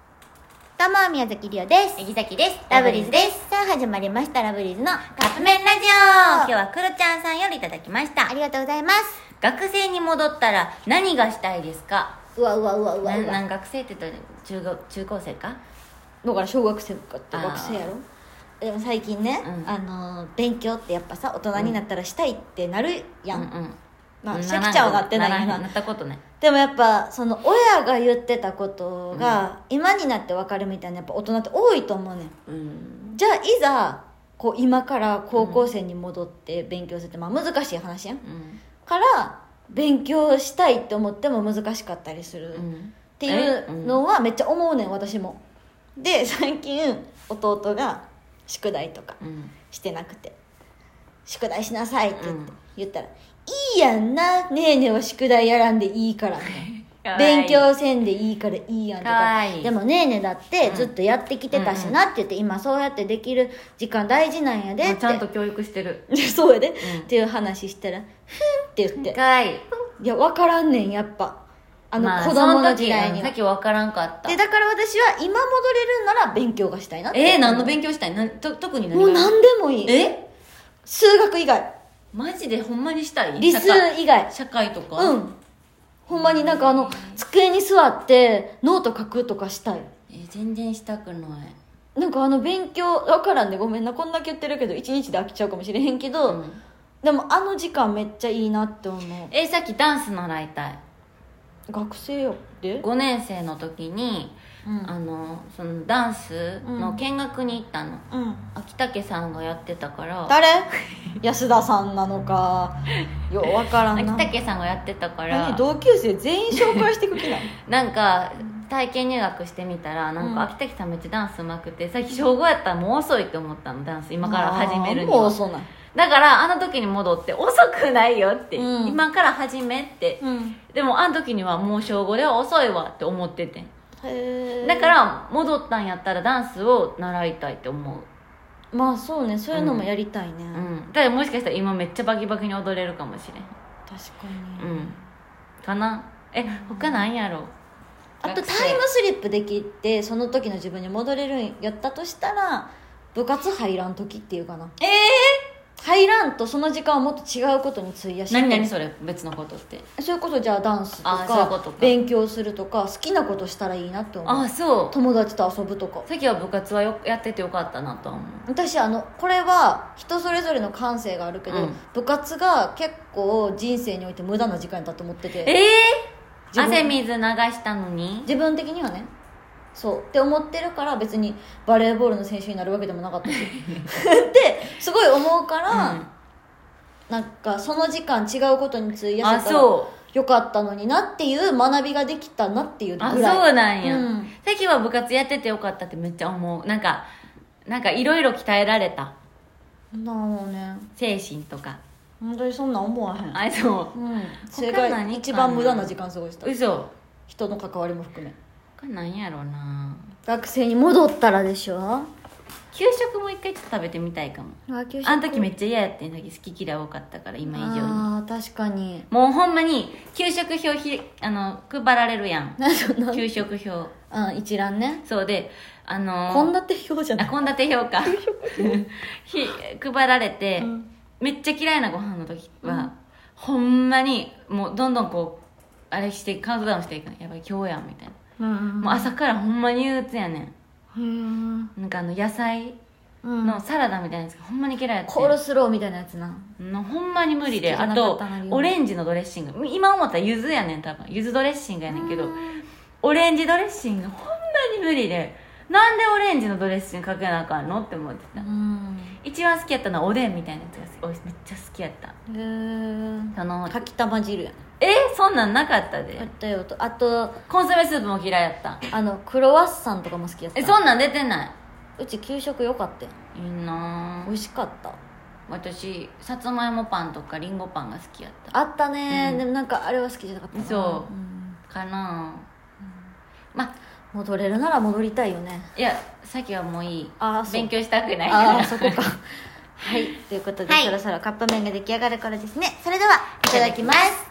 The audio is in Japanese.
どうも、宮崎りおです。えぎざきです。ラブリーズです。さあ、始まりました、ラブリーズのカップ麺ラジオ今日はクロちゃんさんよりいただきましたあ。りがとうございます。学生に戻ったら何がしたいですかうわうわうわうわなうわ。なん学生って言ったら中学中高生かだから小学生とかって学生やろでも最近ね、うんあのー勉強ってやっぱさ大人になったらしたいってなるやん、うんうん。まうあんシャキちゃんはなってないらよんななったことない。でもやっぱその親が言ってたことが、今になってわかるみたいなやっぱ大人って多いと思うねんうん。じゃあいざこう今から高校生に戻って勉強するって、まあ難しい話やんうん。から勉強したいって思っても難しかったりする、うん。っていうのはめっちゃ思うねん私もで 最近弟が宿題とかうん。してなくて「宿題しなさい」って言って、うん言ったら「いいやんなねえねえは宿題やらんでいいから」 かわい勉い強せんでいいからいいやんとかかわいいでもねえねえだってずっとやってきてたしなって言って、今そうやってできる時間大事なんやでまっあてちゃんと教育してる。 そうやで、んっていう話したら「ふん」って言ってかわいい。いや分からんねんやっぱあのまあ子供の時代その時にうはんさっきわからんかったで。だから私は今戻れるなら勉強がしたいなってえー、何の勉強したいなんと特に何もうが何でもいいえ数学以外マジでほんまにしたい理数社会以外社会とかう。んほんまになんかあの机に座ってノート書くとかしたいえー全然したくない。なんかあの勉強分からんでごめんなこんだけ言ってるけど一日で飽きちゃうかもしれへんけど、うんでもあの時間めっちゃいいなって思うえーさっきダンス習いたい学生よで5年生の時に、うんあのそのダンスの見学に行ったの、うん秋武さんがやってたから 誰安田さんなのかよう分からんな秋武さんがやってたから何同級生全員紹介してく気ないなんか体験入学してみたらなんか秋武さんめっちゃダンスうまくてさっき小5やったらもう遅いって思ったのダン ス今から始めるにもうは遅ないだからあの時に戻って遅くないよって、うん今から始めって、うんでもあの時にはもう小5では遅いわって思っててんへえだから戻ったんやったらダンスを習いたいって思うまあそうねそういうのもやりたいね、うんだからもしかしたら今めっちゃバキバキに踊れるかもしれん確かに、うんかなえ他なんやろうあと学タ生イムスリップできてその時の自分に戻れるんやったとしたら部活入らん時っていうかなえ入らんとその時間をもっと違うことに費やして何々それ別のことってそれこそじゃあダンスとあそういうかことか勉強するとか好きなことしたらいいなって思あうそう友達と遊ぶとかさっきは部活はよやっててよかったなとは思う私あのこれは人それぞれの感性があるけど、うん部活が結構人生において無駄な時間だと思っててええ自分汗水流したのに自分的にはねそうって思ってるから別にバレーボールの選手になるわけでもなか ったしってすごい思うから、うんなんかその時間違うことに費やあせたらそうよかったのになっていう学びができたなっていうぐらあいそうなんや、うんさっきは部活やっててよかったってめっちゃ思うなんかなんかいろいろ鍛えられたなのね精神とか本当にそんなん思わへんあそううんそれ他が何かな一番無駄な時間過ごした嘘人の関わりも含めこれなんやろうな学生に戻ったらでしょ給食も一回ちょっと食べてみたいかもあ給あの時めっちゃ嫌やってんさっき好き嫌い多かったから今以上にああ確かに もうほんまに給食表ひあの配られる やんなんそんな給食表うん一覧ねそうであの献立表じゃないあ献立 表かひ配られて、うんめっちゃ嫌いなご飯の時は、ほんまにもうどんどんこうあれしてカウントダウンしていくのやばい今日やんみたいな、うんもう朝からほんまに憂鬱やねうんんなんかあの野菜うんのサラダみたいなやつがほんまに嫌いやってコールスローみたいなやつなのほんまに無好理できじゃあなかっとたなオレンジのドレッシング今思ったら柚子やねん多分柚子ドレッシングやねんけどオレンジドレッシングほんまに無理でなんでオレンジのドレッシングかけなあかんのって思ってたん一番好きやったのはおでんみたいなやつが好きおいめっちゃ好きやったへーそのかきたま汁やえそんなんなかったあっでたよとあとコンソメスープも嫌いやったあのクロワッサンとかも好きやったえそんなん出てなうち給食良かったよいいいな美味しかった私さつまいもパンとかりんごパンが好きやったあったね、うんでもなんかあれは好きじゃなかったなそううんかなまあ戻れるなら戻りたいよねいやさっきはもういいあーそう勉強したくないからああそこ かはいということで、はいそろそろカップ麺が出来上がる頃ですねそれではいただきます